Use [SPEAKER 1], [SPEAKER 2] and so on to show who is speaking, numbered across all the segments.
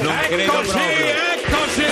[SPEAKER 1] Non credo
[SPEAKER 2] eccoci,
[SPEAKER 1] proprio. Eh,
[SPEAKER 2] eccoci!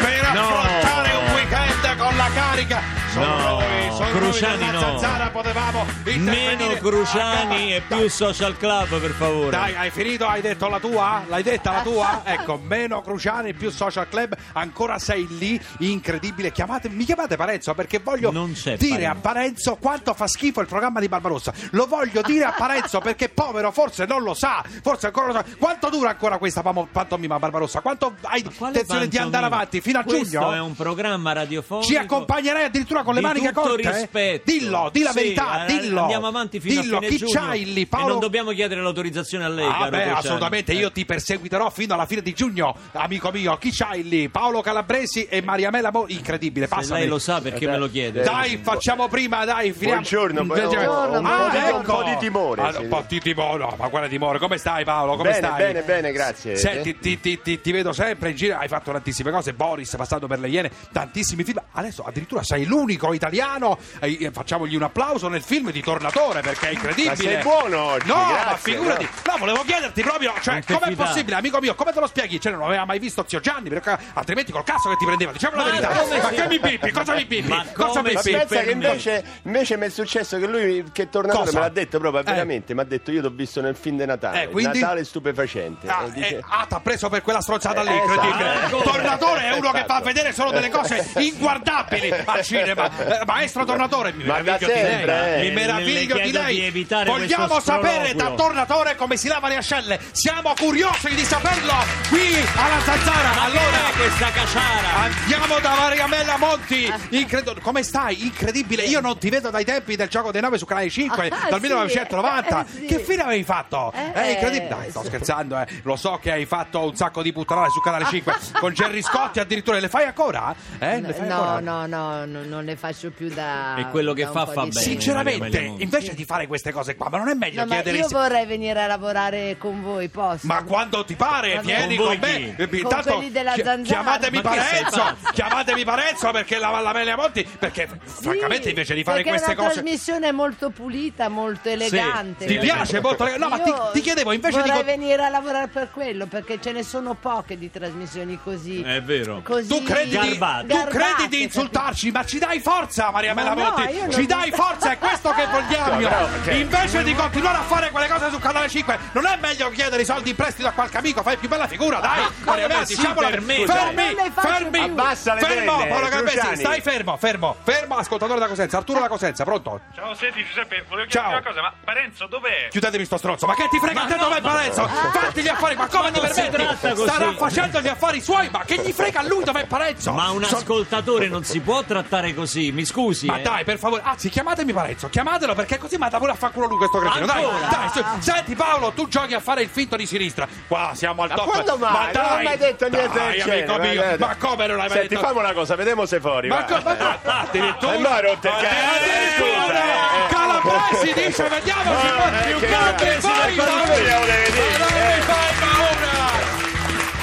[SPEAKER 2] Per
[SPEAKER 1] No.
[SPEAKER 2] affrontare un weekend con la carica. Sono
[SPEAKER 1] No,
[SPEAKER 2] noi, sono
[SPEAKER 1] Cruciani
[SPEAKER 2] noi della
[SPEAKER 1] no.
[SPEAKER 2] Zanzara, potevamo intervenire.
[SPEAKER 1] Meno Cruciani
[SPEAKER 2] Ah,
[SPEAKER 1] e più Social Club, per favore.
[SPEAKER 2] Dai, hai finito? Hai detto la tua? L'hai detta la tua? Ecco, meno Cruciani, più Social Club, ancora sei lì, incredibile. Chiamate, mi chiamate Parenzo perché voglio
[SPEAKER 1] Non c'è
[SPEAKER 2] dire
[SPEAKER 1] Parenzo.
[SPEAKER 2] a Parenzo quanto fa schifo il programma di Barbarossa. Lo voglio dire a Parenzo perché povero forse non lo sa, forse ancora lo sa. Quanto dura ancora questa pamo- pantomima Barbarossa? Quanto hai
[SPEAKER 1] Quale
[SPEAKER 2] intenzione di
[SPEAKER 1] pantomima?
[SPEAKER 2] andare avanti fino a
[SPEAKER 1] Questo
[SPEAKER 2] giugno?
[SPEAKER 1] è un programma radiofonico.
[SPEAKER 2] Ci accompagnerai addirittura con le
[SPEAKER 1] di
[SPEAKER 2] maniche
[SPEAKER 1] tutto
[SPEAKER 2] corte?
[SPEAKER 1] rispetto.
[SPEAKER 2] Dillo, di la
[SPEAKER 1] Sì,
[SPEAKER 2] verità,
[SPEAKER 1] eh,
[SPEAKER 2] dillo.
[SPEAKER 1] Andiamo avanti fino
[SPEAKER 2] dillo,
[SPEAKER 1] a fine
[SPEAKER 2] chi
[SPEAKER 1] giugno.
[SPEAKER 2] c'hai lì?
[SPEAKER 1] E
[SPEAKER 2] Paolo
[SPEAKER 1] non dobbiamo chiedere l'autorizzazione a lei,
[SPEAKER 2] Ah,
[SPEAKER 1] caro
[SPEAKER 2] beh,
[SPEAKER 1] Cruciani.
[SPEAKER 2] assolutamente,
[SPEAKER 1] Eh.
[SPEAKER 2] io ti perseguiterò fino alla fine di giugno, amico mio. Chi c'hai lì? Paolo Calabresi e Mariamela Bo. Incredibile,
[SPEAKER 1] Se
[SPEAKER 2] passa.
[SPEAKER 1] lei lo sa perché me lo chiede.
[SPEAKER 2] Dai, facciamo prima, dai, finiamo.
[SPEAKER 3] Buongiorno,
[SPEAKER 2] Mm,
[SPEAKER 3] però-
[SPEAKER 2] buongiorno.
[SPEAKER 3] un po'
[SPEAKER 2] Ah,
[SPEAKER 3] di-
[SPEAKER 2] ecco.
[SPEAKER 3] un po' di timore,
[SPEAKER 2] Ah,
[SPEAKER 3] sì.
[SPEAKER 2] un po' di timore, no, ma quale timore? Come stai Paolo? Come
[SPEAKER 3] Bene,
[SPEAKER 2] stai?
[SPEAKER 3] bene, bene, grazie.
[SPEAKER 2] Senti, ti, ti- ti- ti vedo sempre in giro, hai fatto tantissime cose, Boris passando per le Iene, tantissimi film. Adesso addirittura sei l'unico italiano, eh, eh, facciamogli un applauso nel film di Tornatore perché è incredibile.
[SPEAKER 3] Ma sei buono oggi,
[SPEAKER 2] No, ma
[SPEAKER 3] grazie,
[SPEAKER 2] figurati,
[SPEAKER 3] no.
[SPEAKER 2] No, volevo chiederti proprio, cioè,
[SPEAKER 1] Non ti
[SPEAKER 2] com'è
[SPEAKER 1] fidare.
[SPEAKER 2] possibile, amico mio, come te lo spieghi? Cioè, non aveva mai visto zio Gianni, perché altrimenti col cazzo che ti prendeva, diciamo la
[SPEAKER 1] Ma
[SPEAKER 2] verità.
[SPEAKER 1] come
[SPEAKER 2] Ma
[SPEAKER 1] si-
[SPEAKER 2] che mi pippi? Cosa mi pippi?
[SPEAKER 1] Ma
[SPEAKER 2] Cosa
[SPEAKER 1] come
[SPEAKER 2] mi
[SPEAKER 3] Ma
[SPEAKER 1] si-
[SPEAKER 2] pippi?
[SPEAKER 3] pensa che
[SPEAKER 1] per me.
[SPEAKER 3] invece, invece mi è successo che lui, che tornatore
[SPEAKER 2] Cosa?
[SPEAKER 3] me l'ha detto proprio,
[SPEAKER 2] Eh.
[SPEAKER 3] veramente, mi ha detto io ti ho visto nel film di Natale,
[SPEAKER 2] Eh, quindi?
[SPEAKER 3] Natale stupefacente.
[SPEAKER 2] Ah,
[SPEAKER 3] E dice-
[SPEAKER 2] eh, ah, t'ha preso per quella stronzata lì,
[SPEAKER 3] Eh,
[SPEAKER 2] incredibile.
[SPEAKER 3] esatto.
[SPEAKER 2] Tornatore è uno che fa
[SPEAKER 3] Esatto.
[SPEAKER 2] vedere solo delle cose inguardabili al cinema. Eh, maestro Tornatore, mi
[SPEAKER 3] Ma da
[SPEAKER 2] meraviglio di
[SPEAKER 3] sempre,
[SPEAKER 2] lei.
[SPEAKER 3] eh.
[SPEAKER 2] Mi
[SPEAKER 3] Le-
[SPEAKER 2] meraviglio
[SPEAKER 1] le
[SPEAKER 2] di
[SPEAKER 1] chiedo di
[SPEAKER 2] lei.
[SPEAKER 1] evitare
[SPEAKER 2] Vogliamo
[SPEAKER 1] questo
[SPEAKER 2] sapere da
[SPEAKER 1] sproloquio.
[SPEAKER 2] Tornatore come si lava le ascelle. Siamo curiosi di saperlo qui alla Zanzara.
[SPEAKER 1] Ma
[SPEAKER 2] Allora, Ah,
[SPEAKER 1] allora questa caciara?
[SPEAKER 2] Andiamo da Mariamella Monti!
[SPEAKER 4] Ah,
[SPEAKER 2] Incredo- come stai? Incredibile! Io non ti vedo dai tempi del gioco dei 9 su Canale 5
[SPEAKER 4] Ah,
[SPEAKER 2] dal
[SPEAKER 4] sì,
[SPEAKER 2] 1990.
[SPEAKER 4] eh, sì.
[SPEAKER 2] Che fine avevi fatto? È
[SPEAKER 4] Eh,
[SPEAKER 2] incredibile! Dai, sto
[SPEAKER 4] sì.
[SPEAKER 2] scherzando, eh. lo so che hai fatto un sacco di puttanate su Canale 5 con Gerry Scotti addirittura. Le fai ancora? Eh? Le fai
[SPEAKER 4] No,
[SPEAKER 2] ancora?
[SPEAKER 4] no, no, no, non le faccio più da.
[SPEAKER 1] E quello che
[SPEAKER 4] da un
[SPEAKER 1] fa,
[SPEAKER 4] po'
[SPEAKER 1] fa
[SPEAKER 4] di-
[SPEAKER 1] bene.
[SPEAKER 2] Sinceramente,
[SPEAKER 1] Mariamella Monti.
[SPEAKER 2] invece di fare queste cose qua, ma non è meglio
[SPEAKER 4] No, ma
[SPEAKER 2] chiedere
[SPEAKER 4] io vorrei venire a lavorare con voi, posso?
[SPEAKER 2] Ma quando ti pare,
[SPEAKER 4] Vabbè.
[SPEAKER 2] vieni
[SPEAKER 1] Con voi
[SPEAKER 2] con, me.
[SPEAKER 1] chi?
[SPEAKER 2] Eh,
[SPEAKER 4] Con quelli della
[SPEAKER 2] chi-
[SPEAKER 4] Zanzara.
[SPEAKER 2] chiamatemi
[SPEAKER 1] Ma che sei
[SPEAKER 2] Parenzo,
[SPEAKER 1] pazzo?
[SPEAKER 2] chiamatemi Parenzo perché la Vallamella Monti. Perché,
[SPEAKER 4] Sì,
[SPEAKER 2] francamente, invece di fare
[SPEAKER 4] perché
[SPEAKER 2] queste
[SPEAKER 4] è una
[SPEAKER 2] cose.
[SPEAKER 4] trasmissione molto pulita, molto elegante.
[SPEAKER 2] Ti piace molto? No, ma ti,
[SPEAKER 4] Io
[SPEAKER 2] ti chiedevo invece di.
[SPEAKER 4] vorrei
[SPEAKER 2] co-
[SPEAKER 4] venire a lavorare per quello perché ce ne sono poche di trasmissioni così.
[SPEAKER 1] È vero.
[SPEAKER 4] così
[SPEAKER 2] Tu credi, di,
[SPEAKER 1] Garbate.
[SPEAKER 2] tu credi
[SPEAKER 4] capito?
[SPEAKER 2] di insultarci, ma ci dai forza, Maria
[SPEAKER 4] Ma
[SPEAKER 2] Mela
[SPEAKER 4] no,
[SPEAKER 2] Monti!
[SPEAKER 4] io non-
[SPEAKER 2] Ci dai forza, è questo che vogliamo!
[SPEAKER 3] No, però, cioè-
[SPEAKER 2] Invece di continuare a fare quelle cose su Canale 5, non è meglio chiedere i soldi in prestito a qualche amico, fai più bella figura, dai! Maria Mela,
[SPEAKER 1] Ah, sì,
[SPEAKER 2] diciamola!
[SPEAKER 1] per me,
[SPEAKER 4] dai.
[SPEAKER 2] Fermi!
[SPEAKER 4] Non le faccio
[SPEAKER 2] Fermi!
[SPEAKER 4] più.
[SPEAKER 3] Abbassa le
[SPEAKER 2] fermo!
[SPEAKER 3] vene,
[SPEAKER 2] Paolo Garbesi,
[SPEAKER 3] Cruciani.
[SPEAKER 2] stai fermo, fermo, fermo, ascoltatore da Cosenza, Arturo da Cosenza, pronto?
[SPEAKER 5] Ciao, senti Giuseppe, volevo
[SPEAKER 2] Ciao.
[SPEAKER 5] chiederti una cosa, ma Parenzo dov'è?
[SPEAKER 2] Chiudetemi sto stronzo, ma che ti frega
[SPEAKER 1] Ma
[SPEAKER 2] te
[SPEAKER 1] no,
[SPEAKER 2] dove è
[SPEAKER 1] ma-
[SPEAKER 2] Parenzo? Fatti gli affari, ma
[SPEAKER 1] Ma
[SPEAKER 2] come ti
[SPEAKER 1] non si tratta
[SPEAKER 2] permetti?
[SPEAKER 1] così.
[SPEAKER 2] Starà facendo gli affari suoi, ma che gli frega a lui dove è Parenzo?
[SPEAKER 1] Ma un
[SPEAKER 2] Sono-
[SPEAKER 1] ascoltatore non si può trattare così, mi scusi.
[SPEAKER 2] Ma
[SPEAKER 1] eh.
[SPEAKER 2] dai, per favore, anzi, chiamatemi Parenzo, chiamatelo perché così manda pure a far culo lui questo cretino. Dai,
[SPEAKER 1] Ancora?
[SPEAKER 2] dai, su- senti Paolo, tu giochi a fare il finto di sinistra. Qua siamo al
[SPEAKER 3] Ma
[SPEAKER 2] top.
[SPEAKER 3] quando mai?
[SPEAKER 2] Ma
[SPEAKER 3] Non
[SPEAKER 2] dai,
[SPEAKER 3] ho mai detto niente
[SPEAKER 2] dai,
[SPEAKER 3] del
[SPEAKER 2] amico
[SPEAKER 3] genere,
[SPEAKER 2] mio,
[SPEAKER 3] vedete.
[SPEAKER 2] ma come non l'hai mai
[SPEAKER 3] Senti,
[SPEAKER 2] detto?
[SPEAKER 3] fammi una cosa, vediamo se fuori.
[SPEAKER 2] Ma
[SPEAKER 3] va.
[SPEAKER 2] come? Ma ma- addirittura.
[SPEAKER 3] Eh, ma rotte il cazzo,
[SPEAKER 2] Addirittura!
[SPEAKER 3] scusa, eh.
[SPEAKER 2] Calabresi dice, vediamo se
[SPEAKER 3] Ma
[SPEAKER 2] può
[SPEAKER 3] non è
[SPEAKER 2] più
[SPEAKER 3] che-
[SPEAKER 2] grande.
[SPEAKER 3] eh, sì,
[SPEAKER 2] Vai,
[SPEAKER 3] ma quando
[SPEAKER 2] Paolo.
[SPEAKER 3] vogliamo le
[SPEAKER 2] Ma
[SPEAKER 3] vedere?
[SPEAKER 2] non mi fai paura!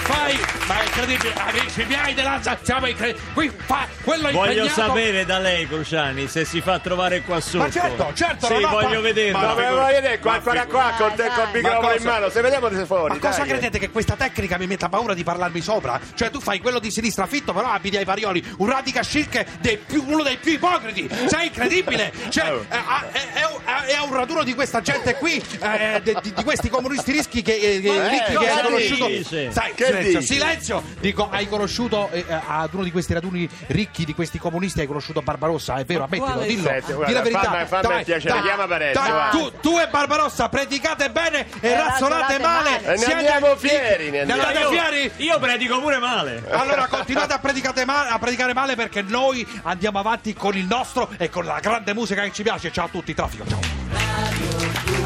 [SPEAKER 2] Fai, ma è incredibile, amici miei della Zanzara, siamo incredibili. Qui fa quello
[SPEAKER 1] Voglio
[SPEAKER 2] impegnato-
[SPEAKER 1] sapere da lei, Cruciani, se si fa trovare qua sotto.
[SPEAKER 2] Ma certo, certo,
[SPEAKER 1] Sì,
[SPEAKER 2] non ho pa-
[SPEAKER 1] voglio vederlo.
[SPEAKER 3] Ma
[SPEAKER 2] figurati.
[SPEAKER 3] volevo vedere qua,
[SPEAKER 2] Ma
[SPEAKER 3] ancora qua, con te
[SPEAKER 4] dai,
[SPEAKER 3] col
[SPEAKER 4] dai.
[SPEAKER 2] Ma
[SPEAKER 3] microfono in
[SPEAKER 2] cosa-
[SPEAKER 3] mano, se vediamo se fuori.
[SPEAKER 2] Ma cosa
[SPEAKER 3] dai.
[SPEAKER 2] credete che questa tecnica mi metta paura di parlarmi sopra? Cioè tu fai quello di sinistra fitto però abiti ai parioli, un radica chic dei più- uno dei più ipocriti, sei incredibile! Cioè
[SPEAKER 3] Oh.
[SPEAKER 2] eh, ah, è, è un- ah, è un raduno di questa gente qui, eh, di, di- di questi comunisti rischi che, eh, che-
[SPEAKER 3] Ma
[SPEAKER 2] ricchi
[SPEAKER 3] eh,
[SPEAKER 2] che
[SPEAKER 3] cosa
[SPEAKER 2] hai conosciuto...
[SPEAKER 1] dici?
[SPEAKER 2] Sai,
[SPEAKER 3] Che
[SPEAKER 2] silenzio,
[SPEAKER 3] dici?
[SPEAKER 2] silenzio! Dico, hai conosciuto eh, eh, ad uno di questi raduni ricchi di questi comunisti, hai conosciuto Barbarossa, è vero, ammettilo,
[SPEAKER 1] quale-
[SPEAKER 2] dillo,
[SPEAKER 3] Senti, guarda,
[SPEAKER 2] di la verità.
[SPEAKER 3] fammi- fammi il piacere, chiama Parenzo, va.
[SPEAKER 2] tu, tu e Barbarossa predicate bene e,
[SPEAKER 4] E
[SPEAKER 2] razzolate
[SPEAKER 4] razzolate
[SPEAKER 2] male.
[SPEAKER 4] male.
[SPEAKER 3] E Eh, ne andiamo fieri, ne andiamo.
[SPEAKER 2] andate
[SPEAKER 1] Io-
[SPEAKER 2] fieri?
[SPEAKER 1] Io predico pure male.
[SPEAKER 2] Allora continuate a, predicate male- a predicare male perché noi andiamo avanti con il nostro e con la grande musica che ci piace. Ciao a tutti, traffico, ciao.
[SPEAKER 6] Radio 2